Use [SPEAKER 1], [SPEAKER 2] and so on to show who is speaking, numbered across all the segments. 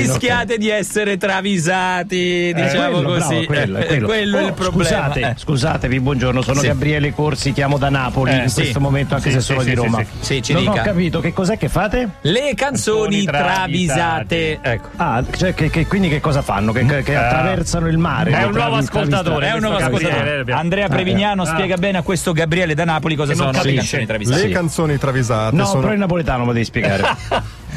[SPEAKER 1] Rischiate di essere travisati, diciamo
[SPEAKER 2] Eh, quello, bravo,
[SPEAKER 1] così.
[SPEAKER 2] quello,
[SPEAKER 1] Eh,
[SPEAKER 2] quello.
[SPEAKER 1] quello è il
[SPEAKER 2] Oh,
[SPEAKER 1] problema.
[SPEAKER 2] Scusate,
[SPEAKER 1] Eh,
[SPEAKER 2] scusatevi, buongiorno, sono
[SPEAKER 1] Sì.
[SPEAKER 2] Gabriele Corsi, chiamo da Napoli
[SPEAKER 1] Eh,
[SPEAKER 2] in
[SPEAKER 1] sì.
[SPEAKER 2] questo momento, anche
[SPEAKER 3] Sì,
[SPEAKER 2] se
[SPEAKER 3] sì,
[SPEAKER 2] sono di
[SPEAKER 3] sì, sì,
[SPEAKER 2] Roma.
[SPEAKER 3] sì.
[SPEAKER 1] Sì, ci
[SPEAKER 2] non ho
[SPEAKER 1] dica.
[SPEAKER 2] capito che cos'è che fate?
[SPEAKER 1] Le canzoni
[SPEAKER 3] Canzoni
[SPEAKER 1] travisate.
[SPEAKER 3] travisate.
[SPEAKER 1] Ecco.
[SPEAKER 2] Ah, cioè che, che- quindi che cosa fanno? Che, che- che attraversano il mare.
[SPEAKER 3] È
[SPEAKER 2] Le
[SPEAKER 3] un nuovo
[SPEAKER 2] travi-
[SPEAKER 3] ascoltatore,
[SPEAKER 1] È un nuovo
[SPEAKER 3] questo
[SPEAKER 1] ascoltatore.
[SPEAKER 3] Gabriele, abbiamo-
[SPEAKER 1] Andrea Prevignano
[SPEAKER 2] Ah, eh.
[SPEAKER 1] spiega bene a questo Gabriele da Napoli cosa
[SPEAKER 3] Che non
[SPEAKER 1] sono le
[SPEAKER 3] capisce.
[SPEAKER 1] canzoni
[SPEAKER 4] Le
[SPEAKER 1] travisate.
[SPEAKER 4] canzoni travisate
[SPEAKER 2] No,
[SPEAKER 4] sono
[SPEAKER 2] però in napoletano mi devi spiegare.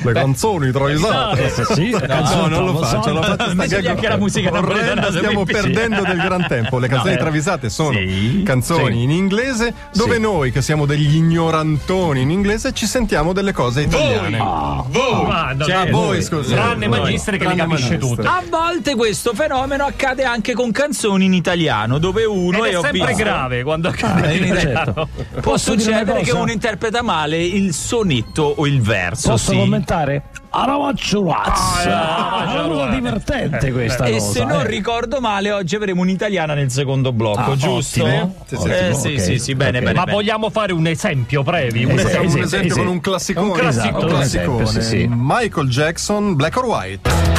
[SPEAKER 4] le canzoni travisate.
[SPEAKER 2] Eh, sì,
[SPEAKER 4] No, non lo faccio, lo faccio sta
[SPEAKER 1] Invece di
[SPEAKER 4] gag
[SPEAKER 1] anche la musica
[SPEAKER 4] orrenda,
[SPEAKER 1] napoletana,
[SPEAKER 4] stiamo
[SPEAKER 1] se mi-
[SPEAKER 4] perdendo del gran tempo. Le canzoni travisate sono
[SPEAKER 2] Sì.
[SPEAKER 4] canzoni
[SPEAKER 2] Sì.
[SPEAKER 4] in inglese dove
[SPEAKER 2] Sì.
[SPEAKER 4] noi che siamo degli ignorantoni in inglese ci sentiamo delle cose italiane.
[SPEAKER 3] Ma Boh, no,
[SPEAKER 4] Ah,
[SPEAKER 3] no,
[SPEAKER 4] voi scusa.
[SPEAKER 3] tranne Ah,
[SPEAKER 4] Voi.
[SPEAKER 3] Magistri che
[SPEAKER 4] Tranne
[SPEAKER 3] ne capisce
[SPEAKER 4] Magistri.
[SPEAKER 3] tutto.
[SPEAKER 1] A volte questo fenomeno accade anche con canzoni in italiano, dove uno
[SPEAKER 3] Ed
[SPEAKER 1] e
[SPEAKER 3] è
[SPEAKER 1] ho
[SPEAKER 3] sempre
[SPEAKER 1] visto-
[SPEAKER 3] grave quando accade
[SPEAKER 1] eh,
[SPEAKER 3] in italiano.
[SPEAKER 2] certo.
[SPEAKER 1] Può
[SPEAKER 2] Posso dire una
[SPEAKER 1] succedere che
[SPEAKER 2] cosa?
[SPEAKER 1] uno interpreta male il sonetto o il verso.
[SPEAKER 2] Posso
[SPEAKER 1] sì.
[SPEAKER 2] commentare? Aravacciurazza!
[SPEAKER 3] Ah, eh,
[SPEAKER 2] È una
[SPEAKER 3] eh,
[SPEAKER 2] divertente questa
[SPEAKER 1] E
[SPEAKER 2] cosa.
[SPEAKER 1] se non
[SPEAKER 2] eh.
[SPEAKER 1] ricordo male, oggi avremo un'italiana nel secondo blocco,
[SPEAKER 2] Ah,
[SPEAKER 1] giusto?
[SPEAKER 2] ottimo.
[SPEAKER 4] Sì, sì,
[SPEAKER 1] Eh,
[SPEAKER 2] ottimo,
[SPEAKER 1] sì,
[SPEAKER 2] ok.
[SPEAKER 1] sì, sì, bene,
[SPEAKER 2] Ok.
[SPEAKER 1] bene.
[SPEAKER 3] Ma
[SPEAKER 1] bene.
[SPEAKER 3] vogliamo fare un esempio brevi? Un
[SPEAKER 2] Esatto.
[SPEAKER 4] Facciamo
[SPEAKER 3] esempio.
[SPEAKER 4] un
[SPEAKER 2] sì,
[SPEAKER 4] esempio
[SPEAKER 2] sì.
[SPEAKER 4] con un classicone.
[SPEAKER 2] Un classicone.
[SPEAKER 4] Un classicone.
[SPEAKER 2] Esatto, sì, sì.
[SPEAKER 4] Michael Jackson, Black or White.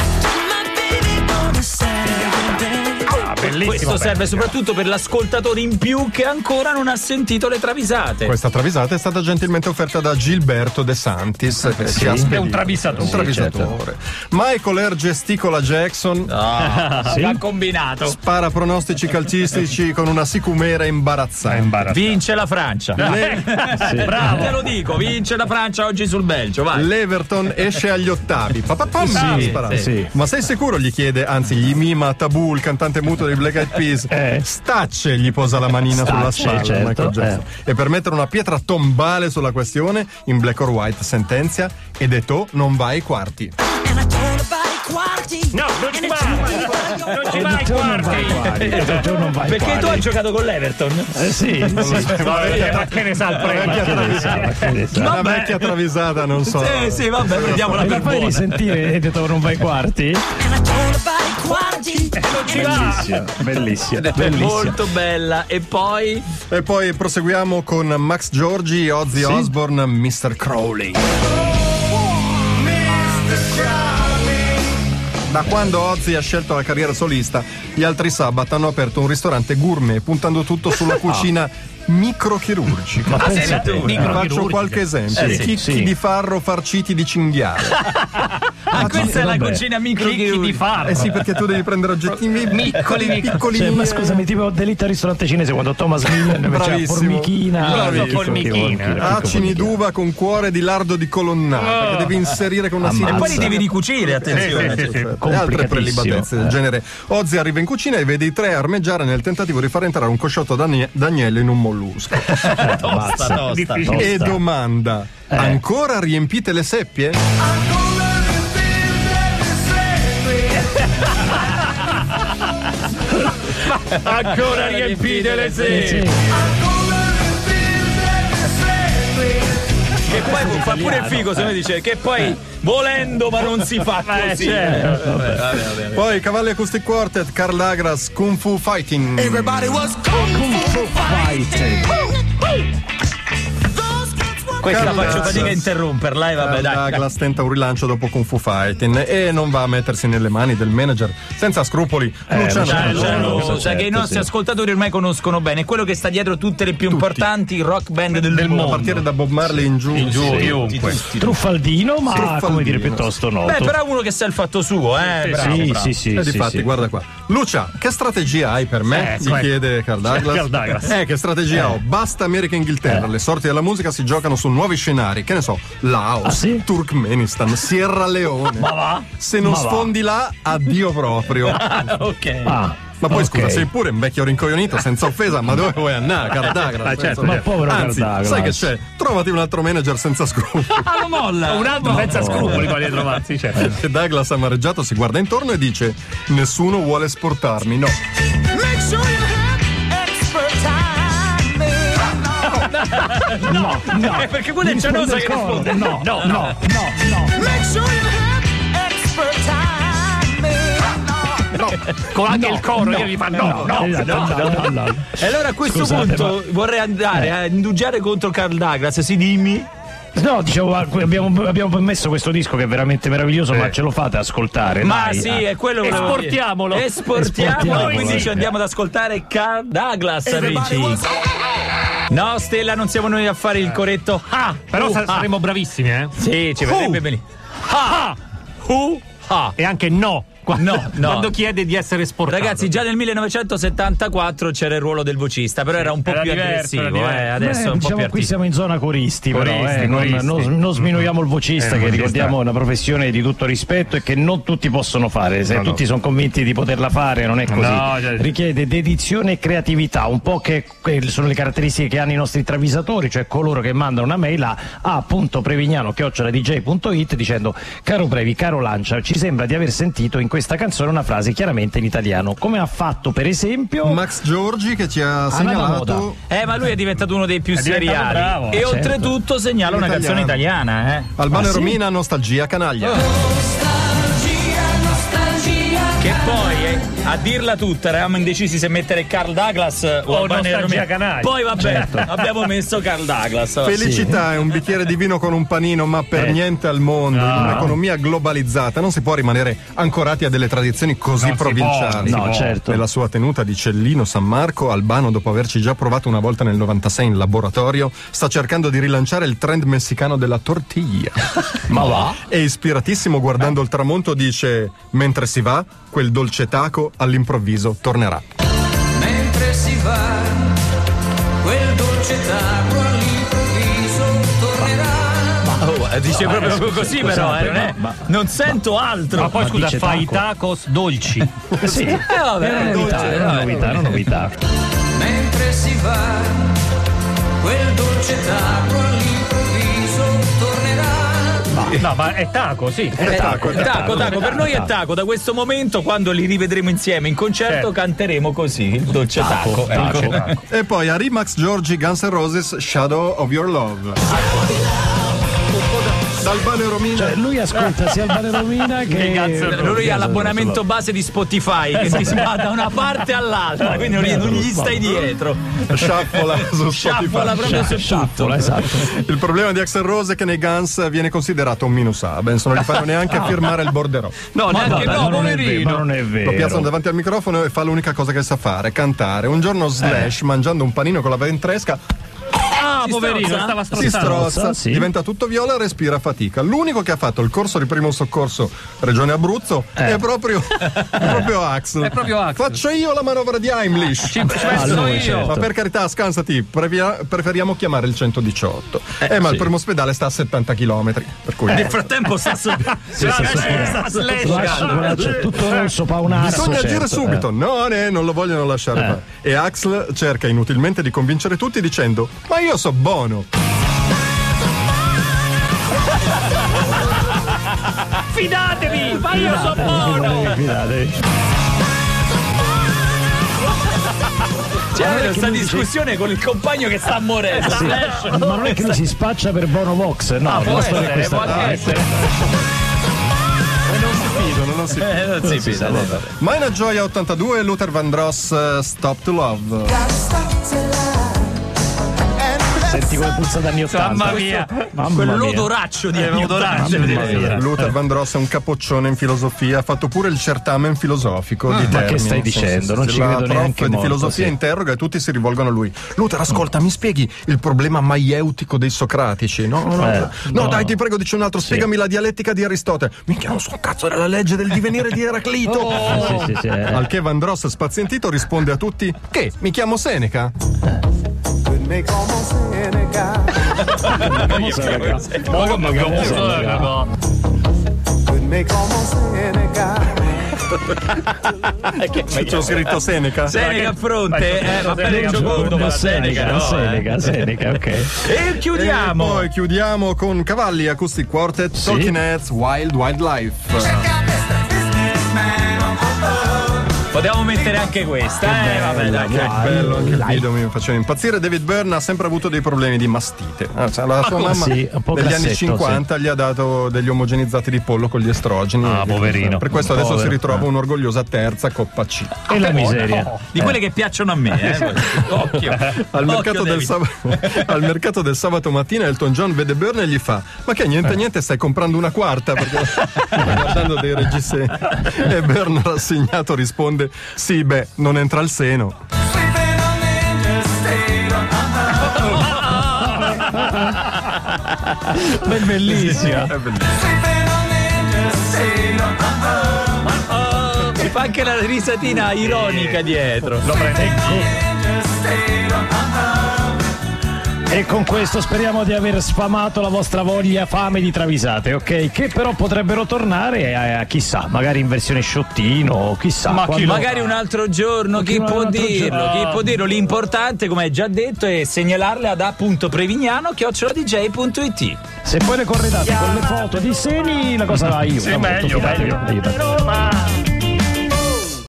[SPEAKER 3] Ah, bellissimo,
[SPEAKER 1] Questo
[SPEAKER 3] beh.
[SPEAKER 1] serve soprattutto per l'ascoltatore in più che ancora non ha sentito le travisate.
[SPEAKER 4] Questa travisata è stata gentilmente offerta da Gilberto De Santis. che ci ha spedito.
[SPEAKER 3] È un travisatore. Cioè,
[SPEAKER 4] Un travisatore. Michael R. gesticola Jackson.
[SPEAKER 1] Ah, L'ha combinato.
[SPEAKER 4] Spara pronostici calcistici con una sicumera imbarazzante.
[SPEAKER 1] Vince la Francia.
[SPEAKER 2] Ah, ecco.
[SPEAKER 1] Bravo. Te lo dico, vince la Francia oggi sul Belgio, vai.
[SPEAKER 4] L'Everton esce agli ottavi. Papapam, ha sparato.
[SPEAKER 2] sì.
[SPEAKER 4] Ma sei sicuro? Gli chiede, anzi, gli mima Tabù, il cantante muto dei Black Eyed Peas. Stacce gli posa la manina sulla
[SPEAKER 2] Eh. Stacce,
[SPEAKER 4] spalla.
[SPEAKER 2] certo,
[SPEAKER 4] Michael Jackson. E per mettere una pietra tombale sulla questione, in black or white sentenzia: Ed è tu, non vai ai quarti.
[SPEAKER 3] No, non ci va! Non ci va ai quarti!
[SPEAKER 2] Perché tu non vai
[SPEAKER 1] Perché tu
[SPEAKER 2] quali.
[SPEAKER 1] hai giocato con l'Everton?
[SPEAKER 2] Eh, sì, sì.
[SPEAKER 3] Vabbè, Ma che ne sa il
[SPEAKER 2] Ma che
[SPEAKER 3] premio?
[SPEAKER 2] ne sa, ma che ne sa.
[SPEAKER 4] Una
[SPEAKER 1] Vabbè.
[SPEAKER 4] vecchia travisata, non so.
[SPEAKER 1] Eh sì, vabbè, prendiamola
[SPEAKER 2] E la
[SPEAKER 1] per
[SPEAKER 2] fai
[SPEAKER 1] buona.
[SPEAKER 2] risentire e
[SPEAKER 3] eh,
[SPEAKER 2] ti non vai ai quarti? Bellissima, bellissima, bellissima.
[SPEAKER 1] Molto bella. E poi
[SPEAKER 4] E poi proseguiamo con Max Giorgi, Ozzy Osbourne, Mr. Crowley. Da quando Ozzy ha scelto la carriera solista, gli altri Sabbath hanno aperto un ristorante gourmet puntando tutto
[SPEAKER 2] Ah.
[SPEAKER 4] sulla cucina microchirurgica.
[SPEAKER 1] Ah,
[SPEAKER 2] pensa
[SPEAKER 1] sei
[SPEAKER 2] te.
[SPEAKER 1] tu.
[SPEAKER 2] Eh,
[SPEAKER 4] Faccio
[SPEAKER 3] Microchirurgica.
[SPEAKER 4] qualche esempio:
[SPEAKER 2] Eh, sì,
[SPEAKER 4] chicchi
[SPEAKER 2] sì.
[SPEAKER 4] di farro farciti di cinghiale.
[SPEAKER 1] Ah, questa è la
[SPEAKER 2] vabbè.
[SPEAKER 1] cucina
[SPEAKER 3] Chicchi di
[SPEAKER 1] microchirurgica.
[SPEAKER 3] farro.
[SPEAKER 4] eh sì, perché tu devi prendere oggettini piccoli, piccoli.
[SPEAKER 2] Cioè, ma scusami, tipo Delitto al ristorante cinese quando Thomas Millen faceva
[SPEAKER 4] Bravissimo.
[SPEAKER 2] formichina,
[SPEAKER 3] Bravissimo. Formichina.
[SPEAKER 4] Acini Ah, d'uva con cuore di lardo di colonnata che devi inserire con una
[SPEAKER 2] Ammazza.
[SPEAKER 4] sirena. Eh,
[SPEAKER 1] Poi li devi ricucire, attenzione. cioè,
[SPEAKER 3] Sì, sì, sì, sì.
[SPEAKER 4] e altre
[SPEAKER 2] Complicatissimo.
[SPEAKER 4] prelibatezze del
[SPEAKER 2] Eh.
[SPEAKER 4] genere. Ozzy arriva in cucina e vede i tre armeggiare nel tentativo di far entrare un cosciotto d'agne- d'agnello in un mollusco.
[SPEAKER 1] Tosta, tosta. Eh.
[SPEAKER 3] Difficile.
[SPEAKER 4] e domanda: ancora riempite le seppie?
[SPEAKER 3] Ancora riempite le sere!
[SPEAKER 1] Che poi fa pure il figo se no dice che poi volendo ma non si fa
[SPEAKER 3] Eh,
[SPEAKER 1] così.
[SPEAKER 3] certo.
[SPEAKER 1] Vabbè, vabbè, vabbè.
[SPEAKER 4] Poi Cavalli Acoustic Quartet, Karl Agras, Kung Fu Fighting.
[SPEAKER 1] Questa
[SPEAKER 4] Carlo
[SPEAKER 1] faccio
[SPEAKER 4] Dazza.
[SPEAKER 1] fatica a interromperla e vabbè
[SPEAKER 4] Carl
[SPEAKER 1] dai. Cioè,
[SPEAKER 4] Douglas tenta un rilancio dopo Kung Fu Fighting e non va a mettersi nelle mani del manager senza scrupoli Luciano
[SPEAKER 1] Dai,
[SPEAKER 2] Luciano
[SPEAKER 4] Pavarotti.
[SPEAKER 1] Luciano
[SPEAKER 2] Allora,
[SPEAKER 1] Rosa,
[SPEAKER 2] certo,
[SPEAKER 1] cioè, che i nostri
[SPEAKER 2] sì.
[SPEAKER 1] ascoltatori ormai conoscono bene, è quello che sta dietro tutte le più importanti rock band del,
[SPEAKER 4] A
[SPEAKER 1] mondo.
[SPEAKER 4] partire da Bob Marley in giù,
[SPEAKER 3] giù,
[SPEAKER 4] Sì.
[SPEAKER 3] chiunque.
[SPEAKER 2] Truffaldino, ma come dire
[SPEAKER 4] Truffaldino.
[SPEAKER 2] piuttosto noto.
[SPEAKER 1] Beh, però è uno che sa il fatto suo, eh.
[SPEAKER 3] Sì,
[SPEAKER 1] bravo,
[SPEAKER 2] sì,
[SPEAKER 1] bravo.
[SPEAKER 2] sì, sì,
[SPEAKER 4] e
[SPEAKER 2] sì,
[SPEAKER 4] difatti,
[SPEAKER 2] sì.
[SPEAKER 4] guarda qua. Lucia, che strategia hai per me?
[SPEAKER 3] Eh,
[SPEAKER 4] Gli
[SPEAKER 3] ecco.
[SPEAKER 4] chiede Carl Douglas.
[SPEAKER 3] Carl Douglas.
[SPEAKER 4] Eh, che strategia ho? Basta America e Inghilterra. Le sorti della musica si giocano su nuovi scenari. Che ne so, Laos,
[SPEAKER 2] Ah, sì?
[SPEAKER 4] Turkmenistan, Sierra Leone.
[SPEAKER 1] Ma va?
[SPEAKER 4] Se non
[SPEAKER 2] Ma va.
[SPEAKER 4] sfondi là, addio proprio.
[SPEAKER 1] Ah, ok.
[SPEAKER 2] Ah,
[SPEAKER 4] Ma poi
[SPEAKER 2] ok.
[SPEAKER 4] scusa, sei pure un vecchio rincoglionito, senza offesa, ma dove vuoi andare, Carl Douglas?
[SPEAKER 3] Ah, certo,
[SPEAKER 4] Senza-
[SPEAKER 2] ma povero Carl
[SPEAKER 4] Anzi,
[SPEAKER 2] Douglas.
[SPEAKER 4] sai che c'è? Trovati un altro manager senza scrupoli.
[SPEAKER 1] Ah, lo molla.
[SPEAKER 3] Un altro senza scrupoli voglio trovarsi, certo.
[SPEAKER 4] E Douglas amareggiato si guarda intorno e dice: Nessuno vuole esportarmi, no.
[SPEAKER 2] No, no.
[SPEAKER 1] Eh, perché quello è
[SPEAKER 2] Mi
[SPEAKER 1] Gianosa che
[SPEAKER 2] d'accordo.
[SPEAKER 1] risponde.
[SPEAKER 2] No, no, no, no.
[SPEAKER 3] Con anche il coro che gli fa no, no,
[SPEAKER 2] Esatto,
[SPEAKER 3] no.
[SPEAKER 2] no, no, no.
[SPEAKER 1] E allora a questo
[SPEAKER 2] Scusate,
[SPEAKER 1] punto vorrei andare a indugiare contro Carl Douglas, sì dimmi.
[SPEAKER 2] No, dicevo, ah, abbiamo, abbiamo messo questo disco che è veramente meraviglioso, ma ce lo fate ascoltare.
[SPEAKER 1] Ma
[SPEAKER 2] dai. Ah,
[SPEAKER 1] sì, è quello che volevo dire.
[SPEAKER 3] Esportiamolo.
[SPEAKER 1] Esportiamolo,
[SPEAKER 2] Esportiamolo,
[SPEAKER 1] quindi
[SPEAKER 2] sì.
[SPEAKER 1] ci andiamo ad ascoltare Carl Douglas, Ricci. No, Stella, non siamo noi a fare il coretto. Ah,
[SPEAKER 3] Però
[SPEAKER 1] uh,
[SPEAKER 3] sa-
[SPEAKER 1] ah.
[SPEAKER 3] saremo bravissimi, eh?
[SPEAKER 1] Sì, ci verrebbe benissimo.
[SPEAKER 3] Ah!
[SPEAKER 1] Uh, ah.
[SPEAKER 3] E anche no. Quando,
[SPEAKER 1] No, no.
[SPEAKER 3] quando chiede di essere sportato.
[SPEAKER 1] Ragazzi, già nel 1974 c'era il ruolo del vocista, però era un po'
[SPEAKER 3] Era
[SPEAKER 1] più
[SPEAKER 3] diverso,
[SPEAKER 1] aggressivo.
[SPEAKER 3] era
[SPEAKER 1] eh,
[SPEAKER 3] diverso.
[SPEAKER 2] Beh,
[SPEAKER 1] adesso è un po'
[SPEAKER 2] diciamo
[SPEAKER 1] più
[SPEAKER 2] qui
[SPEAKER 1] artistico.
[SPEAKER 2] siamo in zona coristi, però
[SPEAKER 3] Coristi,
[SPEAKER 2] eh, non,
[SPEAKER 3] coristi.
[SPEAKER 2] non- non sminuiamo il vocista
[SPEAKER 3] Eh,
[SPEAKER 2] che
[SPEAKER 3] il vocista.
[SPEAKER 2] ricordiamo è una professione di tutto rispetto e che non tutti possono fare, se
[SPEAKER 3] No, no.
[SPEAKER 2] tutti sono convinti di poterla fare non è così,
[SPEAKER 3] No, cioè-
[SPEAKER 2] richiede dedizione e creatività, un po' che che sono le caratteristiche che hanno i nostri travisatori, cioè coloro che mandano una mail a a.prevignano.dj.it dicendo caro Previ, caro Lancia, ci sembra di aver sentito in questa canzone una frase chiaramente in italiano, come ha fatto per esempio...
[SPEAKER 4] Max Giorgi che ci ha
[SPEAKER 2] moda.
[SPEAKER 4] segnalato
[SPEAKER 1] Eh, ma lui è diventato uno dei più
[SPEAKER 3] diventato
[SPEAKER 1] seriali.
[SPEAKER 3] bravo,
[SPEAKER 1] e
[SPEAKER 2] certo.
[SPEAKER 1] oltretutto segnala una
[SPEAKER 4] Italiano.
[SPEAKER 1] canzone italiana, eh.
[SPEAKER 4] Albano
[SPEAKER 2] Ah,
[SPEAKER 4] e
[SPEAKER 2] sì? Ah.
[SPEAKER 4] Romina, nostalgia canaglia.
[SPEAKER 1] Che poi, eh, a dirla tutta, eravamo indecisi se mettere Carl Douglas eh, o,
[SPEAKER 3] O
[SPEAKER 1] Albano e
[SPEAKER 3] Nostalgia
[SPEAKER 1] Romeo.
[SPEAKER 3] Canali.
[SPEAKER 1] Poi vabbè,
[SPEAKER 2] Certo.
[SPEAKER 1] abbiamo messo Carl Douglas. va.
[SPEAKER 4] Felicità è un bicchiere di vino con un panino, ma per
[SPEAKER 2] Eh.
[SPEAKER 4] niente al mondo. In un'economia globalizzata non si può rimanere ancorati a delle tradizioni così
[SPEAKER 3] Non si
[SPEAKER 4] provinciali.
[SPEAKER 3] può, non si
[SPEAKER 2] No, può. certo.
[SPEAKER 4] Nella sua tenuta di Cellino San Marco, Albano, dopo averci già provato una volta nel 96 in laboratorio, sta cercando di rilanciare il trend messicano della tortilla.
[SPEAKER 2] Ma va?
[SPEAKER 4] E ispiratissimo guardando il tramonto dice: Mentre si va, quel dolce taco all'improvviso tornerà.
[SPEAKER 5] mentre si va, quel dolce taco all'improvviso tornerà.
[SPEAKER 1] Oh, eh, dice proprio così, però, eh, non, è- non sento altro.
[SPEAKER 3] Ma poi
[SPEAKER 2] Ma
[SPEAKER 3] scusa,
[SPEAKER 2] dice
[SPEAKER 3] fai i
[SPEAKER 2] taco?
[SPEAKER 3] tacos dolci.
[SPEAKER 2] Sì,
[SPEAKER 1] Eh, vabbè,
[SPEAKER 2] era una novità,
[SPEAKER 1] dolce,
[SPEAKER 2] era una novità, era una novità. Esatto.
[SPEAKER 5] Mentre si va, quel dolce taco all'improvviso tornerà.
[SPEAKER 3] No, ma è taco, sì.
[SPEAKER 1] Eh,
[SPEAKER 4] Taco,
[SPEAKER 1] taco, taco, taco, per noi è taco. Da questo momento, quando li rivedremo insieme in concerto,
[SPEAKER 3] Certo.
[SPEAKER 1] canteremo così il dolce taco.
[SPEAKER 2] taco.
[SPEAKER 1] Ecco.
[SPEAKER 4] E poi a Rimax Giorgi Guns N' Roses Shadow of Your Love. D'Albano e Romina.
[SPEAKER 2] Cioè, lui ascolta sia Albano e Romina che
[SPEAKER 3] cazzo è
[SPEAKER 1] Eh, Lui ha l'abbonamento base di Spotify che si
[SPEAKER 2] Esatto.
[SPEAKER 1] va da una parte all'altra, quindi non,
[SPEAKER 2] Certo.
[SPEAKER 1] non gli stai dietro.
[SPEAKER 4] Sciaffola su
[SPEAKER 1] Sciaffola
[SPEAKER 4] Spotify.
[SPEAKER 1] proprio su tutto.
[SPEAKER 2] Sciaffola, esatto.
[SPEAKER 4] Il problema di Axel Rose è che nei Guns viene considerato un minus A. Benson non gli fanno neanche firmare il borderò.
[SPEAKER 1] No, neanche
[SPEAKER 2] Ma
[SPEAKER 1] no,
[SPEAKER 2] non è vero, ma
[SPEAKER 1] poverino.
[SPEAKER 2] non è
[SPEAKER 4] Lo piazzano
[SPEAKER 2] vero.
[SPEAKER 4] davanti al microfono e fa l'unica cosa che sa fare, cantare. Un giorno Slash, mangiando un panino con la ventresca,
[SPEAKER 1] Ah,
[SPEAKER 3] Si
[SPEAKER 1] poverino,
[SPEAKER 3] strozza?
[SPEAKER 1] stava
[SPEAKER 4] si
[SPEAKER 3] strozzando.
[SPEAKER 4] strozza,
[SPEAKER 2] sì.
[SPEAKER 4] diventa tutto viola e respira a fatica. L'unico che ha fatto il corso di primo soccorso Regione Abruzzo è proprio, è proprio Axel.
[SPEAKER 3] proprio Axl.
[SPEAKER 4] Faccio io la manovra di Heimlich.
[SPEAKER 3] Ci penso
[SPEAKER 2] lui,
[SPEAKER 3] io.
[SPEAKER 2] certo.
[SPEAKER 4] Ma per carità, scansati, previa- preferiamo chiamare il 118. Eh, ma il primo ospedale sta a 70 km. Per cui
[SPEAKER 1] Nel frattempo sta su-
[SPEAKER 2] sì, sì.
[SPEAKER 3] eh,
[SPEAKER 1] sta su-
[SPEAKER 2] Lascia, Eh, guarda, c'è tutto rosso, paonasso.
[SPEAKER 4] Bisogna
[SPEAKER 2] certo,
[SPEAKER 4] agire subito.
[SPEAKER 2] eh.
[SPEAKER 4] No, né, non lo vogliono lasciare fare. E Axl cerca inutilmente di convincere tutti dicendo: Ma io so buono.
[SPEAKER 3] Fidatevi, ma io so buono.
[SPEAKER 2] Eh, Fidate.
[SPEAKER 1] C'è questa discussione con il compagno che sta morendo.
[SPEAKER 2] Ma non è Ah, che lui si spaccia per Bono Vox, no, la
[SPEAKER 1] Può
[SPEAKER 2] storia è
[SPEAKER 1] essere,
[SPEAKER 2] questa
[SPEAKER 1] può
[SPEAKER 2] qua. eh.
[SPEAKER 1] anche essere.
[SPEAKER 4] Fidono, non si fidano.
[SPEAKER 1] Eh, non si fida, vabbè.
[SPEAKER 4] Mina Gioia 82 e Luther Vandross eh, Stop to Love.
[SPEAKER 2] Senti come puzza da anni 80.
[SPEAKER 3] Mamma mia.
[SPEAKER 2] Mamma mia.
[SPEAKER 1] Quell'odoraccio di
[SPEAKER 3] L'odoraccio,
[SPEAKER 1] odoraccio.
[SPEAKER 2] Mamma mia.
[SPEAKER 4] Ah, Luther Vandross è un capoccione in filosofia, ha fatto pure il certamen filosofico
[SPEAKER 2] Ah, ma
[SPEAKER 4] di
[SPEAKER 2] che
[SPEAKER 4] Termini.
[SPEAKER 2] stai dicendo? Non ci
[SPEAKER 4] La
[SPEAKER 2] credo
[SPEAKER 4] prof
[SPEAKER 2] neanche
[SPEAKER 4] di
[SPEAKER 2] molto,
[SPEAKER 4] filosofia
[SPEAKER 2] sì.
[SPEAKER 4] interroga e tutti si rivolgono a lui. Luther, ascolta, mi spieghi il problema maieutico dei socratici? No, no, no.
[SPEAKER 2] Eh,
[SPEAKER 4] No,
[SPEAKER 2] no.
[SPEAKER 4] dai, ti prego, dice un altro, spiegami la dialettica di Aristotele. Minchia, non so un cazzo, era la legge del divenire di Eraclito.
[SPEAKER 2] Sì, sì, sì, eh.
[SPEAKER 4] Al che Vandross spazientito risponde a tutti: Che? Mi chiamo Seneca? Ci ho Cioè, scritto Seneca.
[SPEAKER 1] Seneca a fronte, eh, ma per il giocondo, ma
[SPEAKER 2] Ma
[SPEAKER 1] Seneca, no,
[SPEAKER 2] Seneca,
[SPEAKER 1] eh.
[SPEAKER 2] Seneca, Seneca, ok.
[SPEAKER 1] E
[SPEAKER 4] E
[SPEAKER 1] chiudiamo.
[SPEAKER 4] poi chiudiamo con Cavalli Acoustic Quartet, Talking Heads, Wild Wildlife.
[SPEAKER 1] Poi Potevamo mettere anche questa. eh, vabbè, dai,
[SPEAKER 4] Che
[SPEAKER 1] dai.
[SPEAKER 4] bello, anche il video mi faceva impazzire. David Byrne ha sempre avuto dei problemi di mastite. Ah, cioè, la sua
[SPEAKER 2] come?
[SPEAKER 4] mamma
[SPEAKER 2] Sì, un po'
[SPEAKER 4] degli anni
[SPEAKER 2] grassetto,
[SPEAKER 4] 50 gli ha dato degli omogenizzati di pollo con gli estrogeni.
[SPEAKER 2] Ah,
[SPEAKER 4] E-
[SPEAKER 2] poverino.
[SPEAKER 4] Per questo adesso
[SPEAKER 2] Povero. eh.
[SPEAKER 4] si ritrova un'orgogliosa terza Coppa C.
[SPEAKER 2] E la miseria.
[SPEAKER 1] Di quelle che piacciono a me, eh. Occhio.
[SPEAKER 4] Al mercato, del
[SPEAKER 1] sabato.
[SPEAKER 4] sab- al mercato del sabato mattina Elton John vede Byrne e gli fa ma che niente niente stai comprando una quarta perché stai guardando dei reggiseni e Byrne rassegnato risponde sì beh non entra al seno
[SPEAKER 2] Bellissima.
[SPEAKER 1] Ci Oh, fa anche la risatina ironica dietro.
[SPEAKER 2] E con questo speriamo di aver sfamato la vostra voglia fame di travisate, ok? Che però potrebbero tornare a, a chissà, magari in versione sciottino, o chissà.
[SPEAKER 1] Ma
[SPEAKER 2] quando-
[SPEAKER 1] magari un altro giorno, chi
[SPEAKER 2] un
[SPEAKER 1] può
[SPEAKER 2] altro
[SPEAKER 1] dirlo?
[SPEAKER 2] giorno.
[SPEAKER 1] Chi può dirlo? L'importante, come hai già detto, è segnalarle ad a.prevignano.dj.it.
[SPEAKER 2] Se poi le corredate con le foto di seni, la cosa va io.
[SPEAKER 6] Sì, meglio, meglio.
[SPEAKER 2] Aiutate.